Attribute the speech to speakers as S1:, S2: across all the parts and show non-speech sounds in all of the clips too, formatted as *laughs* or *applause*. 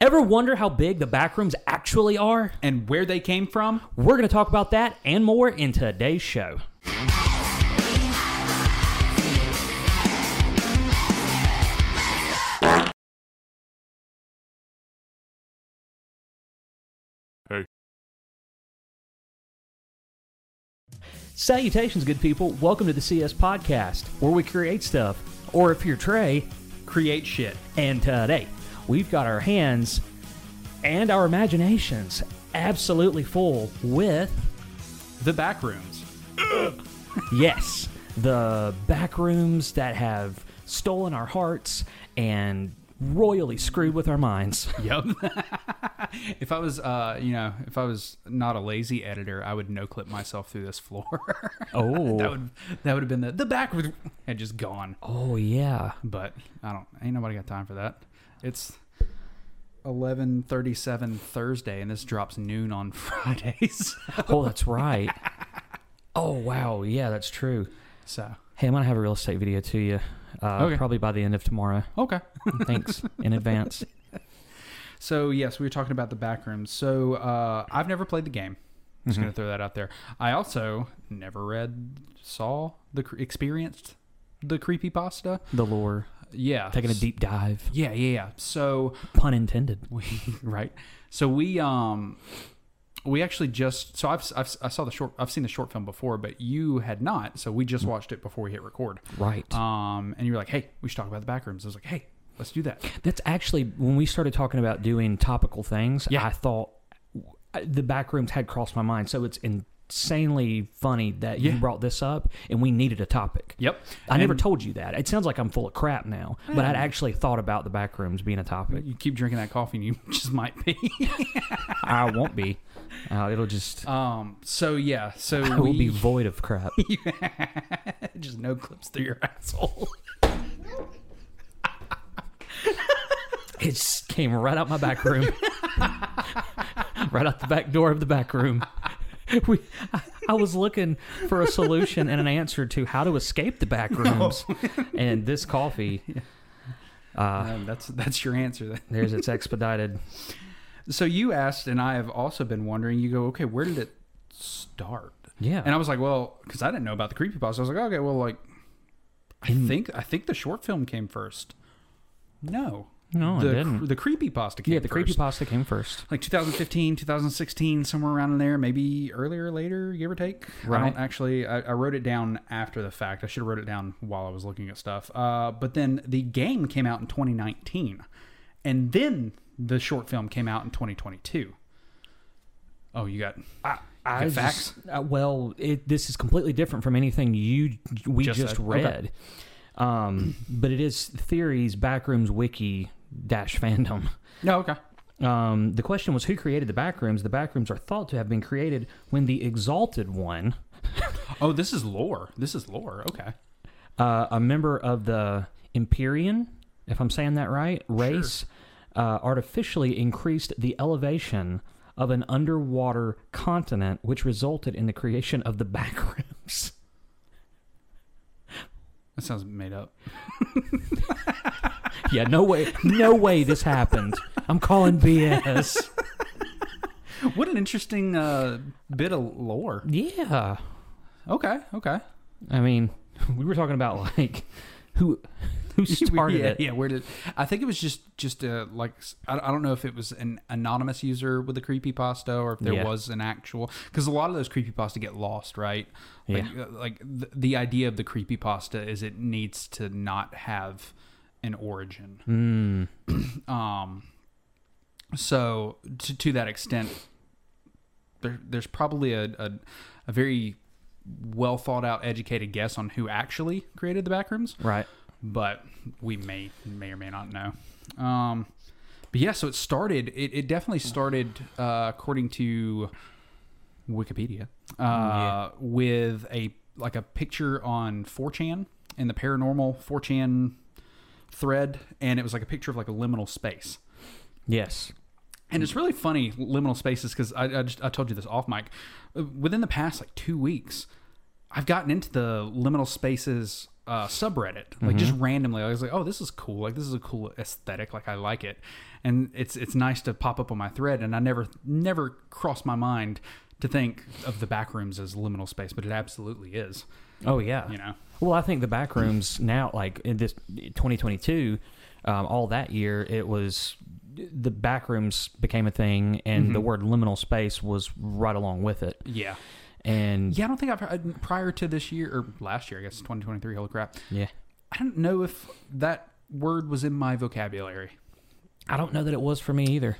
S1: Ever wonder how big the back rooms actually are?
S2: and where they came from.
S1: We're going to talk about that and more in today's show. Salutations, good people. Welcome to the CS Podcast, where we create stuff, or if you're Trey,
S2: Create shit.
S1: and today, we've got our hands and our imaginations absolutely full with,
S2: The back rooms.
S1: yes, the back rooms that have stolen our hearts and royally screwed with our minds. *laughs*
S2: Yep. if I was, uh, you know, if I was not a lazy editor, I would no clip myself through this floor. *laughs*
S1: Oh.
S2: that would that would have been the the back room had just gone.
S1: Oh, yeah.
S2: But I don't. Ain't nobody got time for that. It's. 11:37 Thursday and this drops noon on *laughs* Fridays.
S1: Oh, that's right. Oh, wow. Yeah, that's true.
S2: so,
S1: Hey, I'm going to have a real estate video to you uh,
S2: Okay.
S1: probably by the end of tomorrow.
S2: okay.
S1: Thanks in advance.
S2: So yes, we were talking about the back room. So uh, I've never played the game. Just
S1: Mm-hmm.
S2: gonna throw that out there. I also never read, saw the cre- experienced the creepy pasta.
S1: The lore,
S2: Yeah,
S1: taking a deep dive,
S2: Yeah, yeah, yeah. So *laughs*
S1: pun intended.
S2: we right. So we um we actually just so I've, s- I've s- I saw the short I've seen the short film before, but you had not. So we
S1: Mm.
S2: just watched it before we hit record.
S1: Right.
S2: Um, and you were like, hey, we should talk about the back rooms. I was like, hey, let's do that.
S1: That's actually when we started talking about doing topical things.
S2: Yeah.
S1: I thought I- the back rooms had crossed my mind, so it's insanely funny that you
S2: Yeah.
S1: brought this up, and we needed a topic.
S2: Yep.
S1: I never
S2: And-
S1: told you that. It sounds like I'm full of crap now, but I'd actually thought about the back rooms being a
S2: *laughs*
S1: topic.
S2: you keep drinking that coffee, and you *laughs* just might be.
S1: I won't be. Uh, it'll just.
S2: Um. So yeah. So
S1: *laughs* I
S2: we
S1: will be void of crap.
S2: *laughs* just no clips through your *laughs* asshole.
S1: It just came right out my back room, *laughs* right out the back door of the back room. We, I, I was looking for a solution and an answer to how to escape the
S2: *laughs*
S1: back rooms, and this coffee. Uh,
S2: Um, that's that's your answer. Then.
S1: there's its expedited.
S2: So you asked, and I have also been wondering. You go, okay, where did it start?
S1: Yeah,
S2: And I was like, well, because I didn't know about the creepy pasta. I was like, okay, well, like, I
S1: Hmm.
S2: think I think the short film came first. No,
S1: No, it
S2: the
S1: didn't.
S2: the creepy pasta came.
S1: yeah, the
S2: first.
S1: creepy pasta came first.
S2: like 2015 2016 somewhere around in there maybe earlier later give or take i
S1: Right.
S2: don't actually I, I wrote it down after the fact i should have wrote it down while i was looking at stuff uh, but then the game came out in 2019 and then the short film came out in 2022 oh you got I
S1: just-
S2: facts?
S1: uh, well, it, this is completely different from anything you we just,
S2: Just said. Okay.
S1: read. Um, but it is theories backrooms wiki dash fandom.
S2: no okay
S1: Um, the question was who created the backrooms. The backrooms are thought to have been created when the Exalted One,
S2: oh this is lore this is lore okay
S1: uh, a member of the Empyrean, if I'm saying that right, race, uh, artificially increased the elevation of an underwater continent, which resulted in the creation of the *laughs* backrooms.
S2: that sounds made up
S1: yeah, no way, no way this happened. I'm calling BS.
S2: what an interesting uh, bit of lore
S1: Yeah.
S2: okay okay
S1: I mean, we were talking about like who who started
S2: *laughs* yeah,
S1: it.
S2: Yeah, where did I think it was just just uh, like s- I, I don't know if it was an anonymous user with a creepy pasta or if there
S1: Yeah.
S2: was an actual because a lot of those creepy pasta get lost, right? Like,
S1: Yeah.
S2: uh, like the, the idea of the creepy pasta is it needs to not have an origin.
S1: Hmm,
S2: um, so to to that extent, there there's probably a a, a very well thought out, educated guess on who actually created the backrooms
S1: Right.
S2: but we may may or may not know. Um, but yeah, so it started. It, it definitely started, uh, according to Wikipedia, uh,
S1: Yeah.
S2: with a like a picture on 4chan in the paranormal 4chan thread, and it was like a picture of like a liminal space.
S1: Yes.
S2: And it's really funny liminal spaces because I, I, just, I told you this off mic. Uh, Within the past like two weeks, I've gotten into the liminal spaces uh, subreddit like just randomly. I was like, oh, this is cool. Like this is a cool aesthetic. Like I like it, and it's it's nice to pop up on my thread. And I never never crossed my mind to think of the back rooms as liminal space, but it absolutely is.
S1: Oh yeah.
S2: You know.
S1: Well, I think the back rooms now, like in this 2022, um, all that year, it was the back rooms became a thing, and the word liminal space was right along with it.
S2: Yeah.
S1: And
S2: Yeah, I don't think I've heard, prior to this year or last year, I guess 2023. Holy crap!
S1: yeah,
S2: I don't know if that word was in my vocabulary.
S1: I don't know that it was for me either,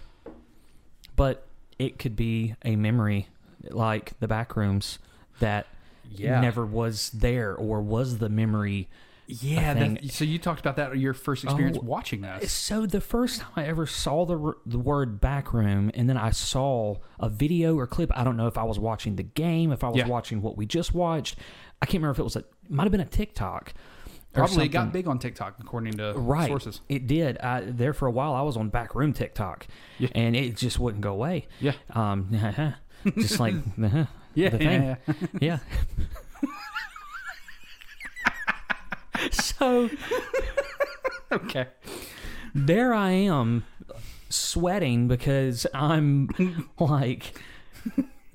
S1: but it could be a memory like the back rooms that
S2: Yeah.
S1: never was there or was the memory.
S2: Yeah.
S1: thing. Oh,
S2: that- so you talked about that your first experience watching this.
S1: So the first time I ever saw the r- the word back room, and then I saw a video or clip. I don't know if I was watching the game, if I was
S2: Yeah.
S1: watching what we just watched. I can't remember if it was a might have been a TikTok. or
S2: Probably it
S1: something.
S2: got big on TikTok, according to
S1: right.
S2: sources.
S1: It did. I, there for a while, I was on back room TikTok,
S2: Yeah.
S1: and it just wouldn't go away.
S2: Yeah.
S1: Um, *laughs* just like
S2: Yeah.
S1: the
S2: yeah,
S1: thing.
S2: yeah.
S1: Yeah. *laughs* so
S2: *laughs* okay.
S1: there I am sweating because I'm *laughs* like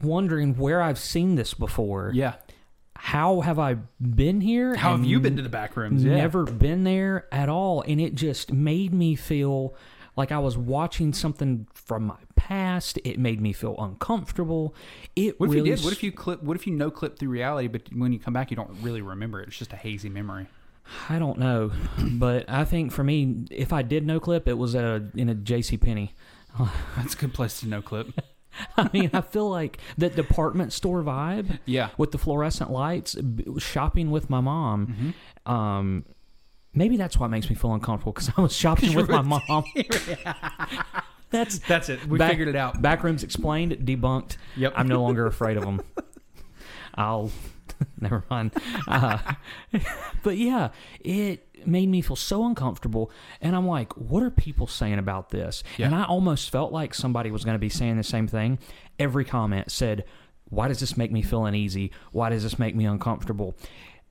S1: wondering where I've seen this before.
S2: Yeah.
S1: How have I been here?
S2: How have
S1: and
S2: you been to the back rooms? Yeah.
S1: Never been there at all. And it just made me feel like I was watching something from my past. It made me feel uncomfortable. It
S2: What if
S1: really
S2: you did? What if you clip? What if you no clip through reality, but when you come back, you don't really remember it? It's just a hazy memory. *laughs*
S1: I don't know, *clears throat* but I think for me, if I did no clip, it was at a, in a J.C. Penney. *laughs*
S2: That's a good place to no clip.
S1: I mean, I feel like that department store vibe
S2: Yeah.
S1: with the fluorescent lights, b- shopping with my mom. Um, maybe that's why it makes me feel uncomfortable because I was shopping with my mom. that's
S2: That's it. We
S1: back-
S2: figured it out.
S1: Backrooms explained, debunked.
S2: Yep.
S1: I'm no longer afraid of them. I'll *laughs* never mind. Uh, but yeah, it made me feel so uncomfortable, and I'm like, what are people saying about this?
S2: Yeah.
S1: And I almost felt like somebody was going to be saying the same thing. Every comment said, "Why does this make me feel uneasy? Why does this make me uncomfortable?"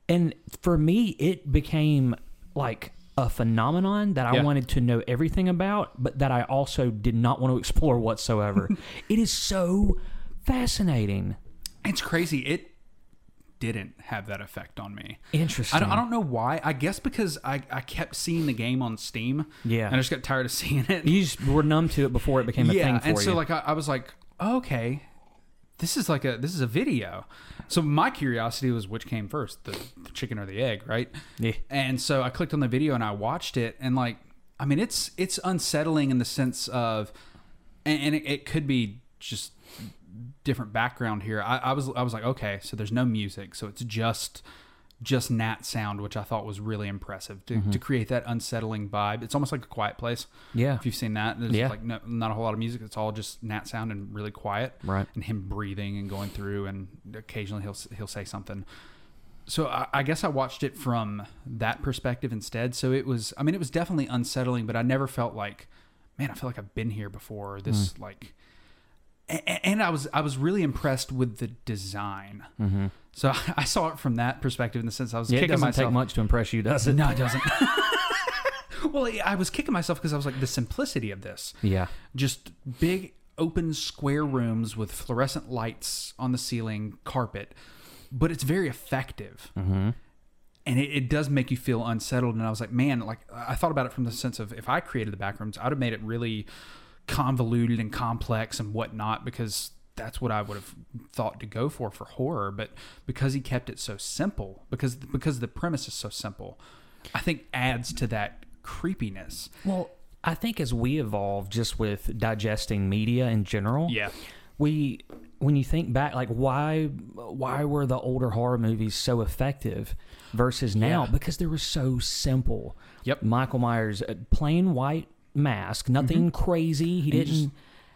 S1: And for me, it became like a phenomenon that I
S2: Yeah.
S1: wanted to know everything about, but that I also did not want to explore
S2: *laughs*
S1: whatsoever. it is so fascinating.
S2: It's crazy. It didn't have that effect on me.
S1: Interesting.
S2: I don't, I don't know why. I guess because I, I kept seeing the game on Steam.
S1: Yeah.
S2: And I just got tired of *laughs* seeing it.
S1: you just were numb to it before it became a
S2: Yeah.
S1: thing for
S2: And
S1: you.
S2: so like I, I was like, oh, okay, this is like a this is a video. So my curiosity was which came first, the, the chicken or the egg, right?
S1: Yeah.
S2: And so I clicked on the video and I watched it and like I mean it's it's unsettling in the sense of and, and it, it could be just different background here. I, I was I was like, okay, so there's no music, so it's just just Nat sound, which I thought was really impressive to,
S1: Mm-hmm.
S2: to create that unsettling vibe. It's almost like a quiet place.
S1: Yeah.
S2: If you've seen that, there's
S1: Yeah.
S2: like no, not a whole lot of music. It's all just Nat sound and really quiet.
S1: Right.
S2: And him breathing and going through, and occasionally he'll s- he'll say something. So I, I guess I watched it from that perspective instead. So it was, I mean, it was definitely unsettling, but I never felt like, man, I feel like I've been here before. This
S1: Hmm.
S2: like, a- a- and I was I was really impressed with the design. Mm-hmm. So *laughs* I, I saw it from that perspective in the sense I was
S1: yeah, it
S2: kicking
S1: doesn't
S2: myself.
S1: take much to impress you, does it?
S2: *laughs* no, it doesn't. well, I was kicking myself because I was like the simplicity of this
S1: Yeah.
S2: just big open square rooms with fluorescent lights on the ceiling, carpet, but it's very effective. And it, it does make you feel unsettled. And I was like, man, like I thought about it from the sense of if I created the back rooms, I'd have made it really convoluted and complex and whatnot because that's what I would have thought to go for for horror. But because he kept it so simple, because because the premise is so simple, I think adds to that creepiness.
S1: Well, I think as we evolve just with digesting media in general,
S2: Yeah.
S1: we when you think back like why why were the older horror movies so effective versus now
S2: Yeah.
S1: because they were so simple.
S2: Yep.
S1: Michael Myers uh, plain white mask, nothing
S2: Mm-hmm.
S1: crazy. He didn't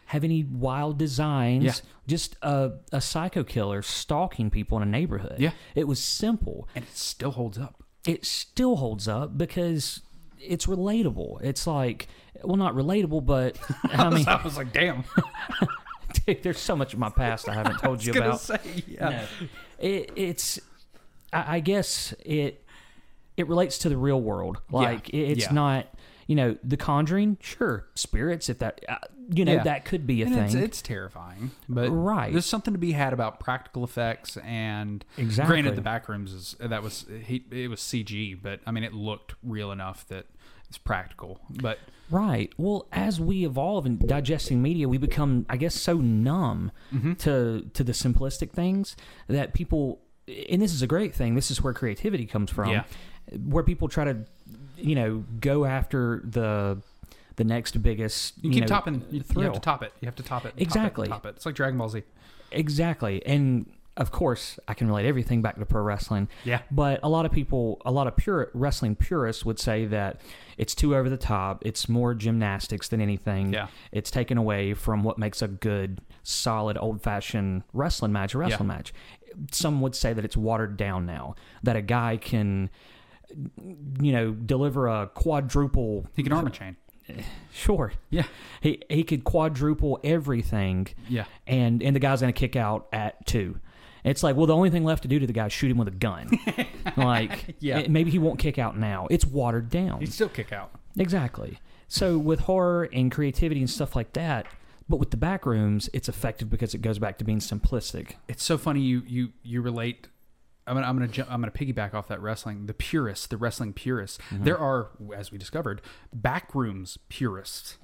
S1: have any wild designs.
S2: Yeah.
S1: Just a a psycho killer stalking people in a neighborhood.
S2: Yeah.
S1: It was simple
S2: And it still holds up.
S1: it still holds up because it's relatable. It's like, well, not relatable, but *laughs* um, I mean,
S2: *laughs* I was like, damn. *laughs*
S1: dude, there's so much of my past I haven't told you
S2: gonna
S1: about.
S2: say, yeah.
S1: No. It, it's I, I guess it it relates to the real world. Like it- it's
S2: Yeah.
S1: not, you know, The Conjuring. Sure, spirits. If that, uh, you know,
S2: Yeah.
S1: that could be a
S2: And
S1: thing.
S2: it's, it's terrifying, but
S1: Right.
S2: there's something to be had about practical effects and
S1: Exactly.
S2: Granted, the backrooms is that was he, it was CG, but I mean it looked real enough that it's practical. But
S1: Right. Well, as we evolve in digesting media, we become, I guess, so numb
S2: Mm-hmm.
S1: to to the simplistic things that people. And this is a great thing. This is where creativity comes from.
S2: Yeah.
S1: Where people try to, you know, go after the the next biggest.
S2: you,
S1: you
S2: keep
S1: know,
S2: topping. You, you have
S1: thrill.
S2: to top it. You have to top it. top it,
S1: Exactly.
S2: Top it, It's like Dragon Ball Z.
S1: Exactly. And of course, I can relate everything back to pro wrestling.
S2: Yeah.
S1: But a lot of people, a lot of pure wrestling purists would say that it's too over the top. It's more gymnastics than anything.
S2: Yeah.
S1: It's taken away from what makes a good, solid, old fashioned wrestling match, a wrestling match. Some would say that it's watered down now, that a guy can, you know, deliver a quadruple.
S2: He can arm a chain.
S1: Sure.
S2: Yeah.
S1: He, he could quadruple everything
S2: Yeah.
S1: and and the guy's gonna kick out at two. It's like, well, the only thing left to do to the guy is shoot him with a
S2: *laughs*
S1: gun. like,
S2: Yeah.
S1: eh, maybe he won't kick out now. It's watered down.
S2: He'd still kick out.
S1: Exactly. So with horror and creativity and stuff like that, but with the back rooms, it's effective because it goes back to being simplistic.
S2: It's so funny you you you relate. I'm gonna I'm gonna jump, I'm gonna piggyback off that wrestling. The purists, the wrestling purists.
S1: Mm-hmm.
S2: There are, as we discovered, backrooms purists.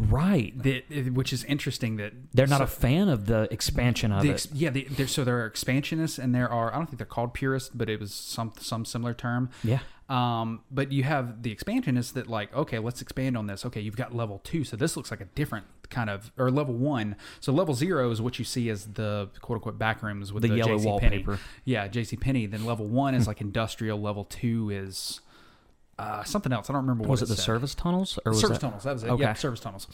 S1: Right.
S2: That which is interesting. That
S1: Mm-hmm. They're not
S2: so-
S1: a fan of the expansion of
S2: the
S1: it.
S2: ex- yeah, the, there, so there are expansionists, and there are I don't think they're called purists, but it was some some similar term.
S1: Yeah.
S2: Um, but you have the expansionists that like, okay, let's expand on this. Okay, you've got level two, so this looks like a different kind of or level one. So level zero is what you see as the quote unquote back rooms with
S1: The
S2: the,
S1: yellow
S2: JCPenney.
S1: wallpaper.
S2: Yeah, JC Penny. Then level one is like industrial. Level two is uh, something else. I don't remember what
S1: Was it the
S2: said
S1: service tunnels or was
S2: service
S1: that-
S2: tunnels. That was it.
S1: Okay.
S2: Yeah, service tunnels.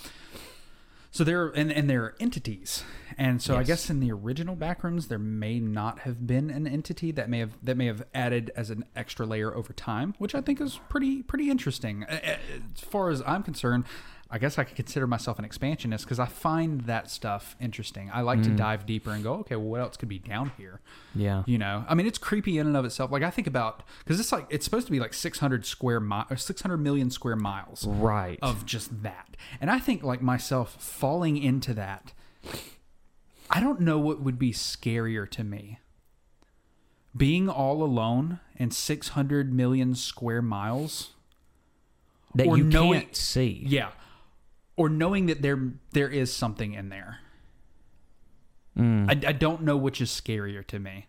S2: So there and and there are entities, and so I
S1: Yes.
S2: guess in the original backrooms there may not have been an entity that may have that may have added as an extra layer over time, which I think is pretty pretty interesting. Uh, uh, As far as I'm concerned, I guess I could consider myself an expansionist because I find that stuff interesting. I like to
S1: Mm.
S2: dive deeper and go, okay, well, what else could be down here?
S1: Yeah.
S2: You know, I mean, it's creepy in and of itself. Like I think about because it's like it's supposed to be like 600 square mi- or 600 million square miles
S1: Right.
S2: of just that. And I think like myself falling into that, I don't know what would be scarier to me. Being all alone in 600 million square miles.
S1: that
S2: or
S1: you
S2: knowing-
S1: can't see.
S2: Yeah. Or knowing that there there is something in there. I, I don't know which is scarier to me.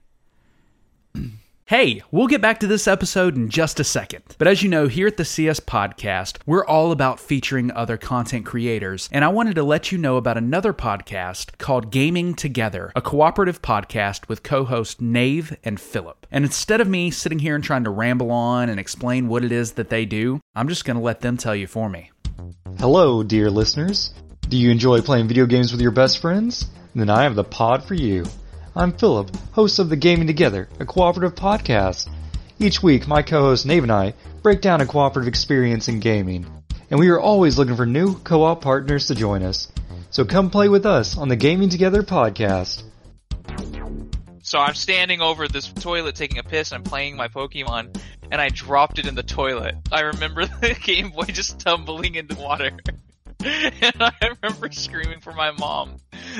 S2: *clears throat* Hey, we'll get back to this episode in just a second. But as you know, here at the CS Podcast, we're all about featuring other content creators. And I wanted to let you know about another podcast called Gaming Together, a cooperative podcast with co host Nave and Philip. And instead of me sitting here and trying to ramble on and explain what it is that they do, I'm just going to let them tell you for me.
S3: Hello, dear listeners. Do you enjoy playing video games with your best friends? Then I have the pod for you. I'm Philip, host of the Gaming Together, a cooperative podcast. Each week, my co-host Nave and I break down a cooperative experience in gaming, and we are always looking for new co-op partners to join us. So come play with us on the Gaming Together podcast.
S4: So I'm standing over this toilet taking a piss. I'm playing my Pokemon, and I dropped it in the toilet. I remember *laughs* the Game Boy just tumbling into water, *laughs* and I remember screaming for my mom,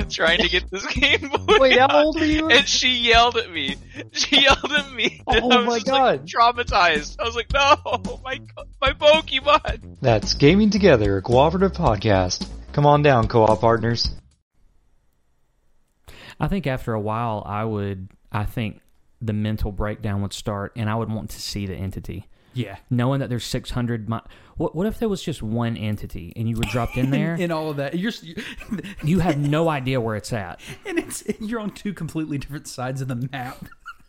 S4: trying to get this *laughs* Game Boy.
S3: Wait, how
S4: out.
S3: old are you?
S4: And she yelled at me. She yelled at me. *laughs* and
S3: Oh
S4: I was
S3: my
S4: just, like,
S3: God.
S4: traumatized. I was like, no, my my Pokemon.
S3: That's Gaming Together, a cooperative podcast. Come on down, co-op partners.
S1: I think after a while, I would. I think the mental breakdown would start, and I would want to see the entity,
S2: Yeah.
S1: knowing that there's 600. Mi- what What if there was just one entity, and you were dropped in
S2: *laughs*
S1: there?
S2: In all of that, you're s- you-
S1: you have no idea where it's at,
S2: and it's you're on two completely different sides of the map.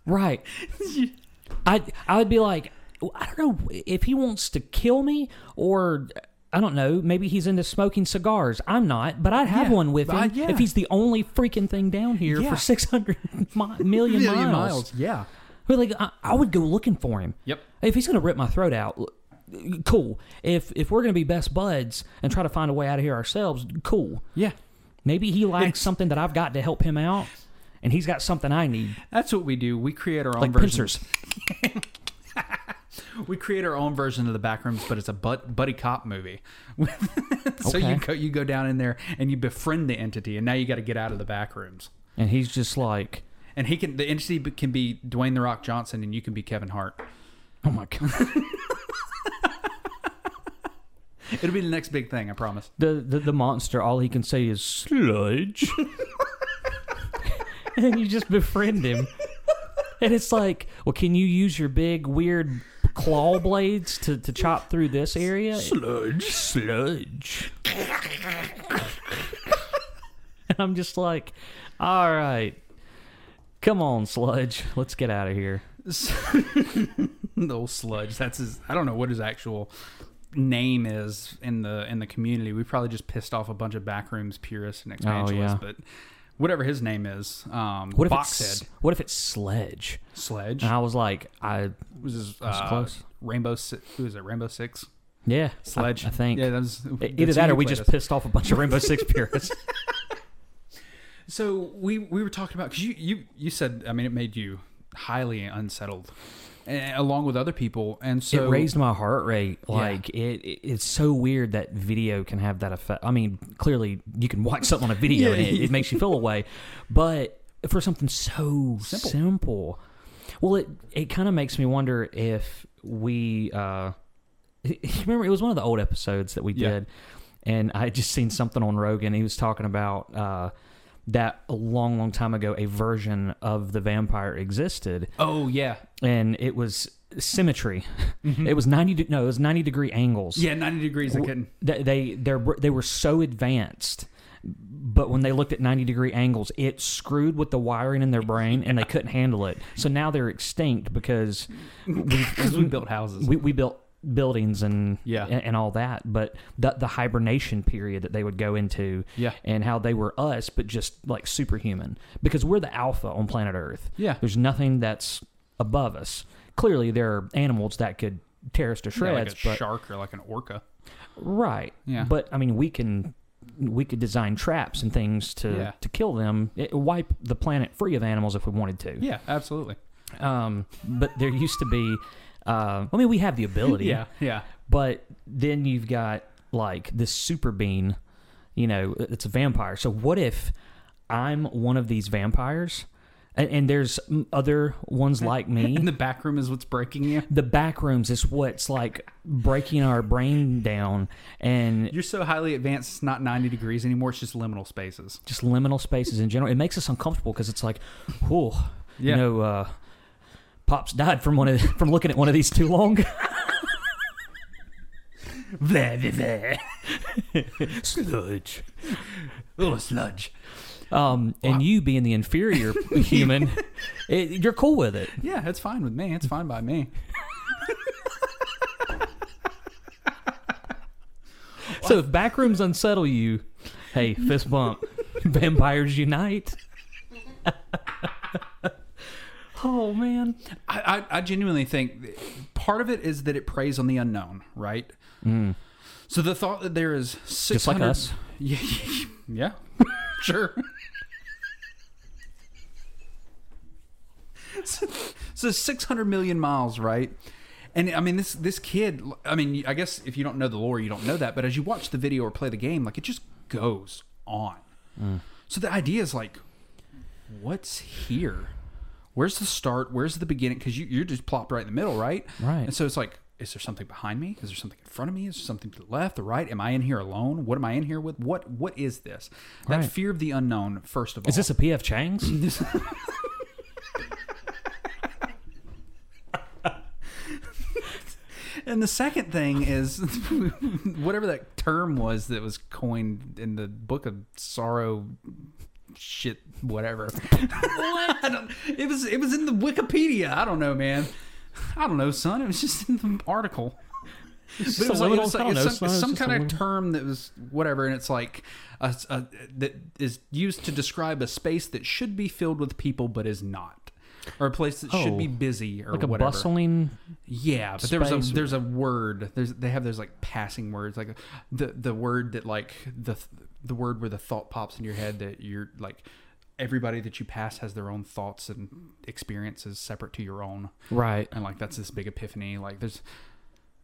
S1: right? I I would be like, "Well, I don't know if he wants to kill me or. I don't know. Maybe he's into smoking cigars. I'm not, but I'd have
S2: Yeah,
S1: one with him
S2: but I- yeah.
S1: if he's the only freaking thing down here
S2: Yeah.
S1: for 600 mi- million,
S2: Million
S1: miles.
S2: Yeah.
S1: But like, I, I would go looking for him.
S2: Yep.
S1: If he's gonna rip my throat out, l- cool. If if we're gonna be best buds and try to find a way out of here ourselves, cool.
S2: Yeah.
S1: Maybe he lacks something that I've got to help him out, and he's got something I need,
S2: That's what we do. We create our own
S1: like
S2: version.
S1: pincers.
S2: We create our own version of the Backrooms, but it's a butt, buddy cop movie. *laughs* so
S1: Okay.
S2: you go you go down in there and you befriend the entity, and now you got to get out of the Backrooms.
S1: And he's just like,
S2: And he can the entity be- can be Dwayne the Rock Johnson, and you can be Kevin Hart.
S1: oh my god. *laughs*
S2: It'll be the next big thing, I promise.
S1: the, the the monster all he can say is sludge *laughs* and you just befriend him and it's like well can you use your big weird claw blades to, to chop through this area sludge sludge and *laughs* i'm just like all right come on sludge let's get out of here
S2: *laughs* the old sludge. That's his. I don't know what his actual name is in the in the community. We probably just pissed off a bunch of backrooms purists and expansionists,
S1: Oh, yeah.
S2: but whatever his name is, um,
S1: what if
S2: Boxhead
S1: it's what if it's sledge
S2: Sledge
S1: and i was like i
S2: was his uh,
S1: close.
S2: Rainbow. Si- Who is it? Rainbow Six.
S1: yeah I-
S2: Sledge.
S1: i, think e,
S2: Yeah, that was
S1: Either
S2: that's
S1: that,
S2: who
S1: or we
S2: played
S1: just
S2: us.
S1: pissed off a bunch of Rainbow Six *laughs* purists.
S2: So we we were talking about because you you you said I mean it made you highly unsettled, and, along with other people, and
S1: it
S2: so
S1: raised my heart rate. Like it, it, it's so weird that video can have that effect. I mean, clearly you can watch something on a video and it, it makes you feel a way, but for something so simple. well, it it kind of makes me wonder if we. Uh, *laughs* remember, it was one of the old episodes that we
S2: Yeah.
S1: did, and I had just seen something on Rogan. He was talking about. Uh, that a long, long time ago, a version of the vampire existed,
S2: oh yeah
S1: and it was symmetry. It was ninety. De- no, it was ninety degree angles.
S2: Mm-hmm. yeah ninety degrees I couldn't
S1: They they they're- they were so advanced, but when they looked at ninety degree angles, it screwed with the wiring in their brain, and they couldn't handle it. So now they're extinct because
S2: because we built houses
S1: we, we built buildings and
S2: Yeah.
S1: and, and all that but the, the hibernation period that they would go into
S2: Yeah.
S1: and how they were us but just like superhuman because we're the alpha on planet earth
S2: Yeah.
S1: there's nothing that's above us clearly there are animals that could tear us to
S2: Yeah,
S1: shreds
S2: like a
S1: but
S2: shark or like an orca.
S1: right
S2: Yeah.
S1: but i mean we can we could design traps and things to
S2: Yeah.
S1: to kill them it, wipe the planet free of animals if we wanted to
S2: Yeah, absolutely.
S1: um but there used to be uh, I mean, we have the ability.
S2: Yeah, yeah.
S1: But then you've got like this super being, you know, it's a vampire. So what if I'm one of these vampires and, and there's mm, other
S2: *laughs*
S1: ones like
S2: And
S1: me?
S2: the back room is what's breaking you.
S1: The back rooms is what's like breaking our brain down and
S2: You're so highly advanced, it's not 90 degrees anymore. It's just liminal spaces.
S1: just liminal spaces in general. It makes us uncomfortable because it's like, whoa,
S2: Yeah.
S1: you know, uh, Pops died from one of from looking at one of these too long.
S2: Blah, blah, blah. sludge. Little sludge.
S1: Um, and you being the inferior
S2: *laughs*
S1: human, it, you're cool with it.
S2: Yeah, it's fine with me. It's fine by me.
S1: So if backrooms unsettle you, hey, fist bump. *laughs* Vampires unite. *laughs* oh man.
S2: I, I, I genuinely think th- part of it is that it preys on the unknown, right? Mm. So the thought that there is 600...
S1: like us.
S2: *laughs* Yeah, yeah, *laughs* sure. so, so 600 million miles, right? And I mean, this this kid. I mean, I guess if you don't know the lore, you don't know that. But as you watch the video or play the game, like it just goes on.
S1: Mm.
S2: So the idea is like, what's here? Where's the start? Where's the beginning? Because you, you're just plopped right in the middle, right?
S1: Right.
S2: And so it's like, is there something behind me? Is there something in front of me? Is there something to the left, the right? Am I in here alone? What am I in here with? What What is this? That
S1: Right.
S2: fear of the unknown, first of all.
S1: Is this a PF Chang's?
S2: And the second thing is *laughs* whatever that term was that was coined in the book of sorrow shit whatever. *laughs* I don't, it was it was in the Wikipedia. I don't know, man. I don't know, son. It was just in the article. But it
S1: just
S2: was
S1: a
S2: like,
S1: little-
S2: it's
S1: I
S2: like-
S1: don't
S2: it's
S1: know,
S2: some,
S1: son, it's
S2: some
S1: just a
S2: kind of
S1: little-
S2: term that was whatever, and it's like a, a, that is used to describe a space that should be filled with people but is not, or a place that should
S1: Oh,
S2: be busy or
S1: Like a
S2: whatever.
S1: bustling
S2: Yeah, but there was a
S1: space or-
S2: there's a word. There's they have those like passing words, like the the word that like the the word where the thought pops in your head that you're like everybody that you pass has their own thoughts and experiences separate to your own,
S1: Right.
S2: and like that's this big epiphany. Like there's,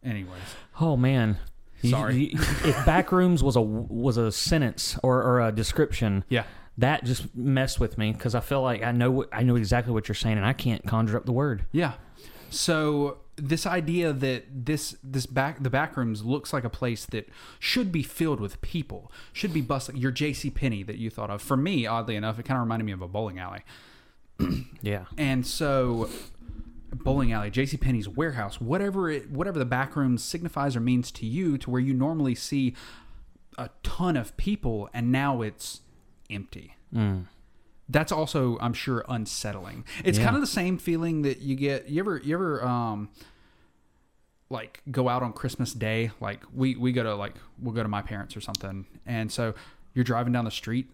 S2: anyways,
S1: Oh man. You-
S2: Sorry.
S1: you- if backrooms was a was a sentence or, or a description,
S2: yeah,
S1: that just messed with me because I feel like I know what I know exactly what you're saying and I can't conjure up the word.
S2: yeah. So this idea that this this back the backrooms looks like a place that should be filled with people, should be bustling. Your J.C. Penney that you thought of. For me, oddly enough, it kind of reminded me of a bowling alley.
S1: Yeah.
S2: And so bowling alley, JC Penney's warehouse, whatever it whatever the back room signifies or means to you to where you normally see a ton of people and now it's empty. That's also I'm sure unsettling. It's kind of the same feeling that you get you ever you ever um like go out on Christmas Day. Like we we go to like we'll go to my parents or something, and so you're driving down the street,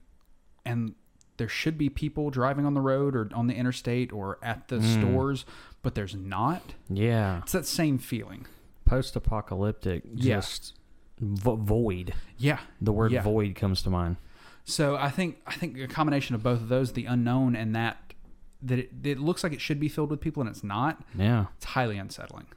S2: and there should be people driving on the road or on the interstate or at the stores, but there's not.
S1: Yeah.
S2: It's that same feeling.
S1: Post-apocalyptic.
S2: Yeah.
S1: Just vo- void.
S2: Yeah,
S1: The word
S2: Yeah.
S1: void comes to mind.
S2: So I think I think a combination of both of those, the unknown and that that it, it looks like it should be filled with people and it's not.
S1: Yeah.
S2: It's highly unsettling.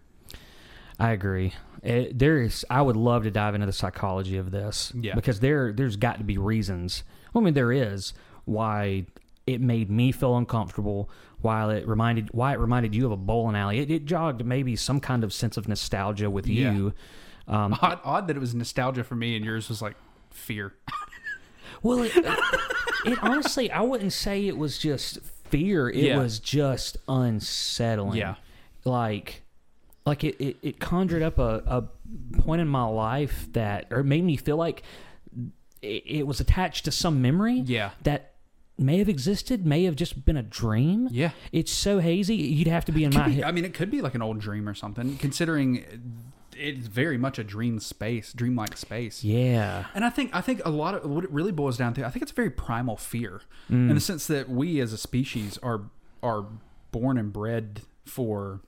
S1: I agree. It, there is. I would love to dive into the psychology of this.
S2: Yeah.
S1: Because there, there's got to be reasons. I mean, there is why it made me feel uncomfortable. While it reminded, why it reminded you of a bowling alley. It, it jogged maybe some kind of sense of nostalgia with
S2: Yeah.
S1: you.
S2: Odd, odd that it was nostalgia for me and yours was like fear.
S1: Well, it, it honestly, I wouldn't say it was just fear. It
S2: Yeah.
S1: was just unsettling.
S2: Yeah.
S1: Like, like it, it, it conjured up a, a point in my life that, or it made me feel like it, it was attached to some memory.
S2: Yeah.
S1: That may have existed, may have just been a dream.
S2: Yeah.
S1: It's so hazy. You'd have to be in my
S2: *laughs* Could be-
S1: head.
S2: I mean, it could be like an old dream or something, considering it's very much a dream space, dreamlike space.
S1: Yeah.
S2: And I think I think a lot of what it really boils down to, I think it's a very primal fear, in
S1: Mm.
S2: the sense that we as a species are are born and bred for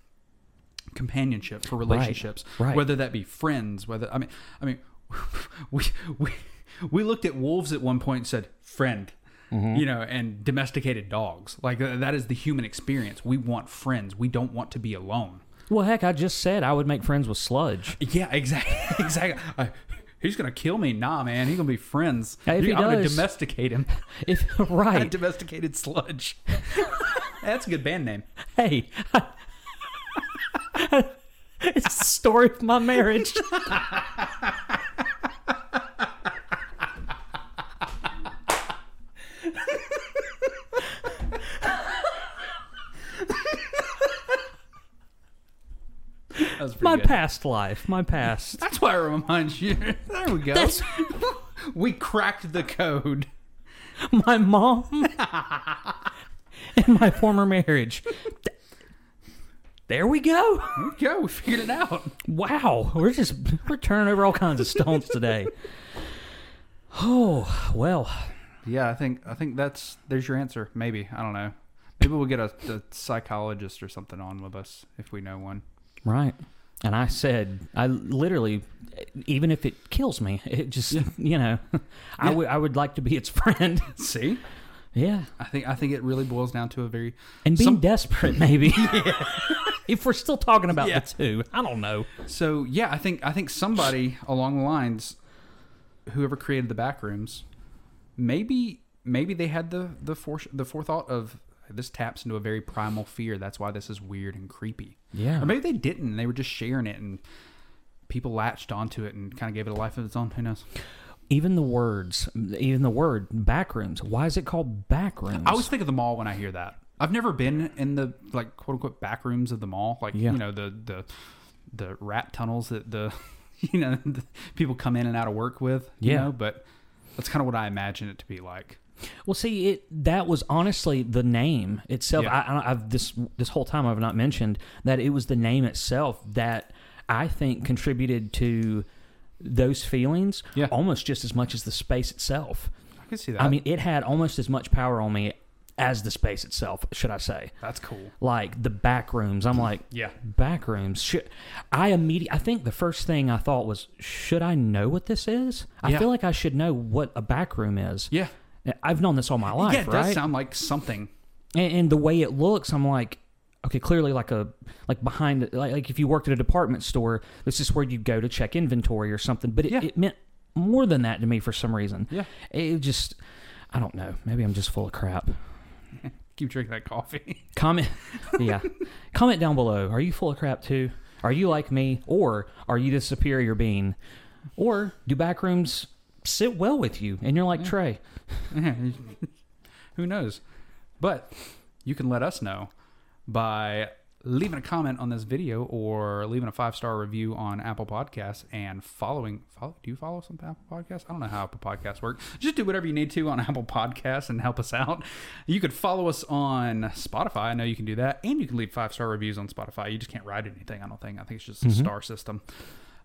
S2: companionship, for relationships,
S1: right.
S2: whether that be friends, whether I mean, I mean, *laughs* we we we looked at wolves at one point and said friend.
S1: Mm-hmm.
S2: You know, and domesticated dogs. Like, uh, that is the human experience. We want friends. We don't want to be alone.
S1: Well, heck, I just said I would make friends with sludge.
S2: Yeah, exactly. *laughs* exactly. I, he's gonna kill me, nah, man. He's gonna be friends.
S1: Hey, if
S2: You-
S1: he
S2: I'm gonna
S1: does-
S2: domesticate him. *laughs*
S1: If *laughs*
S2: I
S1: right.
S2: domesticated sludge. *laughs* That's a good band name.
S1: hey it's the story of my marriage
S2: That was pretty
S1: my
S2: good.
S1: past life my past
S2: That's why I remind you. *laughs* There we go.
S1: That's-
S2: we cracked the code.
S1: *laughs* my mom and my former marriage there we go
S2: Go, we figured it out.
S1: wow we're just we're turning over all kinds of stones today oh well
S2: Yeah, I think I think that's there's your answer. Maybe I don't know. Maybe we'll get a, a psychologist or something on with us if we know one.
S1: right and i said i literally even if it kills me *laughs* it just you know *laughs* I would I would like to be its *laughs* friend
S2: See,
S1: yeah
S2: I think I think it really boils down to a very
S1: and being
S2: Some-
S1: desperate
S2: *laughs*
S1: maybe *laughs* if we're still talking about
S2: Yeah.
S1: the two i don't know
S2: So yeah, I think I think somebody along the lines, whoever created the back rooms, maybe maybe they had the the fore, the forethought of this taps into a very primal fear. That's why this is weird and creepy.
S1: Yeah.
S2: Or maybe they didn't. They were just sharing it, and people latched onto it and kind of gave it a life of its own. Who knows?
S1: even the words even the word backrooms why is it called backrooms
S2: I always think of the mall when I hear that. I've never been in the like quote unquote back rooms of the mall, like
S1: Yeah.
S2: you know the the the rat tunnels that the *laughs* you know the people come in and out of work with. You
S1: Yeah.
S2: know, but that's kind of what I imagine it to be like.
S1: well see it that was honestly the name itself
S2: Yeah.
S1: I, I, i've this this whole time i've not mentioned that it was the name itself that i think contributed to those feelings
S2: Yeah.
S1: almost just as much as the space itself
S2: I can see that.
S1: i mean it had almost as much power on me as the space itself should i say
S2: that's cool.
S1: like the back rooms.
S2: Mm.
S1: I'm like,
S2: Yeah.
S1: back rooms. Should I immediately? I think the first thing I thought was, should I know what this is? I
S2: Yeah.
S1: feel like I should know what a back room is.
S2: Yeah,
S1: I've known this all my life,
S2: yeah, it
S1: right?
S2: does sound like something.
S1: and, and the way it looks, I'm like, okay, clearly like a like behind like, like if you worked at a department store, this is where you go to check inventory or something. But it,
S2: Yeah.
S1: it meant more than that to me for some reason.
S2: Yeah.
S1: it just I don't know. Maybe I'm just full of crap.
S2: Keep drinking that coffee. *laughs*
S1: Comment, *laughs* yeah, comment down below. Are you full of crap too? Are you like me, or are you the superior being, or do backrooms sit well with you and you're like Trey?
S2: Who knows? But you can let us know by leaving a comment on this video or leaving a five star review on Apple Podcasts and following. Follow, do you follow us on Apple Podcasts? I don't know how Apple Podcasts work. Just do whatever you need to on *laughs* Apple Podcasts and help us out. You could follow us on Spotify. I know you can do that. And you can leave five star reviews on Spotify. You just can't write anything, I don't think. I think it's just a star system.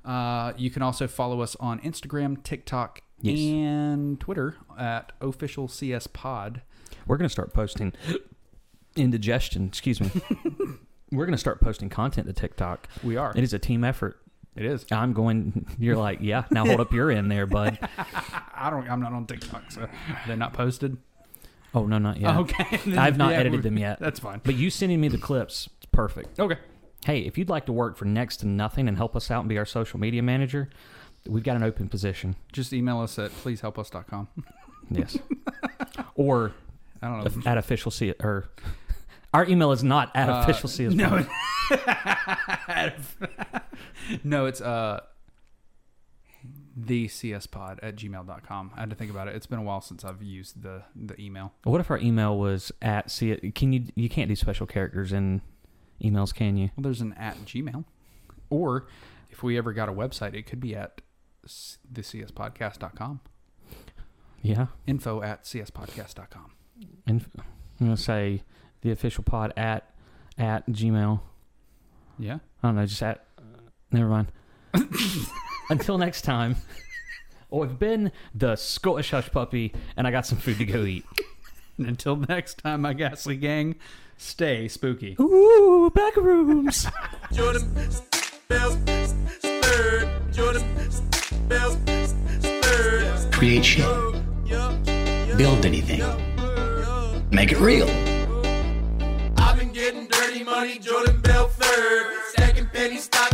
S2: Uh, you can also follow us on Instagram, TikTok,
S1: Yes.
S2: and Twitter at official CS Pod.
S1: We're gonna start posting indigestion. Excuse
S2: *laughs*
S1: me. We're gonna start posting content to TikTok.
S2: We are.
S1: It is a team effort.
S2: It is.
S1: I'm going. You're like, yeah. Now hold up your end there, bud.
S2: I don't. I'm not on TikTok, so they're not posted.
S1: Oh no, not yet.
S2: *laughs* Okay. Then-
S1: *laughs* I've not
S2: yeah,
S1: edited
S2: we-
S1: them yet.
S2: That's fine.
S1: But you sending me the clips, it's perfect.
S2: Okay.
S1: Hey, if you'd like to work for next to nothing and help us out and be our social media manager, we've got an open position.
S2: Just email us at pleasehelpus.com. *laughs*
S1: Yes. or
S2: I don't know.
S1: at official C or our email is not at official C.
S2: Uh, no. *laughs* no, it's uh the cspod at gmail.com. I had to think about it. It's been a while since I've used the the email.
S1: What if our email was at C? Can you you can't do special characters in emails, can you?
S2: Well, there's an at Gmail, or if we ever got a website, it could be at s- thecspodcast.com.
S1: Yeah.
S2: Info at cspodcast.com.
S1: And I'm gonna say the official pod at at Gmail.
S2: Yeah.
S1: I don't know, just at. Never *coughs* mind. Until next time. Oh, I've been the Scottish hush puppy, and I got some food to go eat.
S2: And *laughs* until next time, my ghastly gang, stay spooky.
S1: Ooh, back rooms.
S5: Jordan Bells Spur Jordan Bells Spur
S6: create shit, build anything, make it real.
S5: I've been getting dirty money Jordan Bell third stacking pennies stock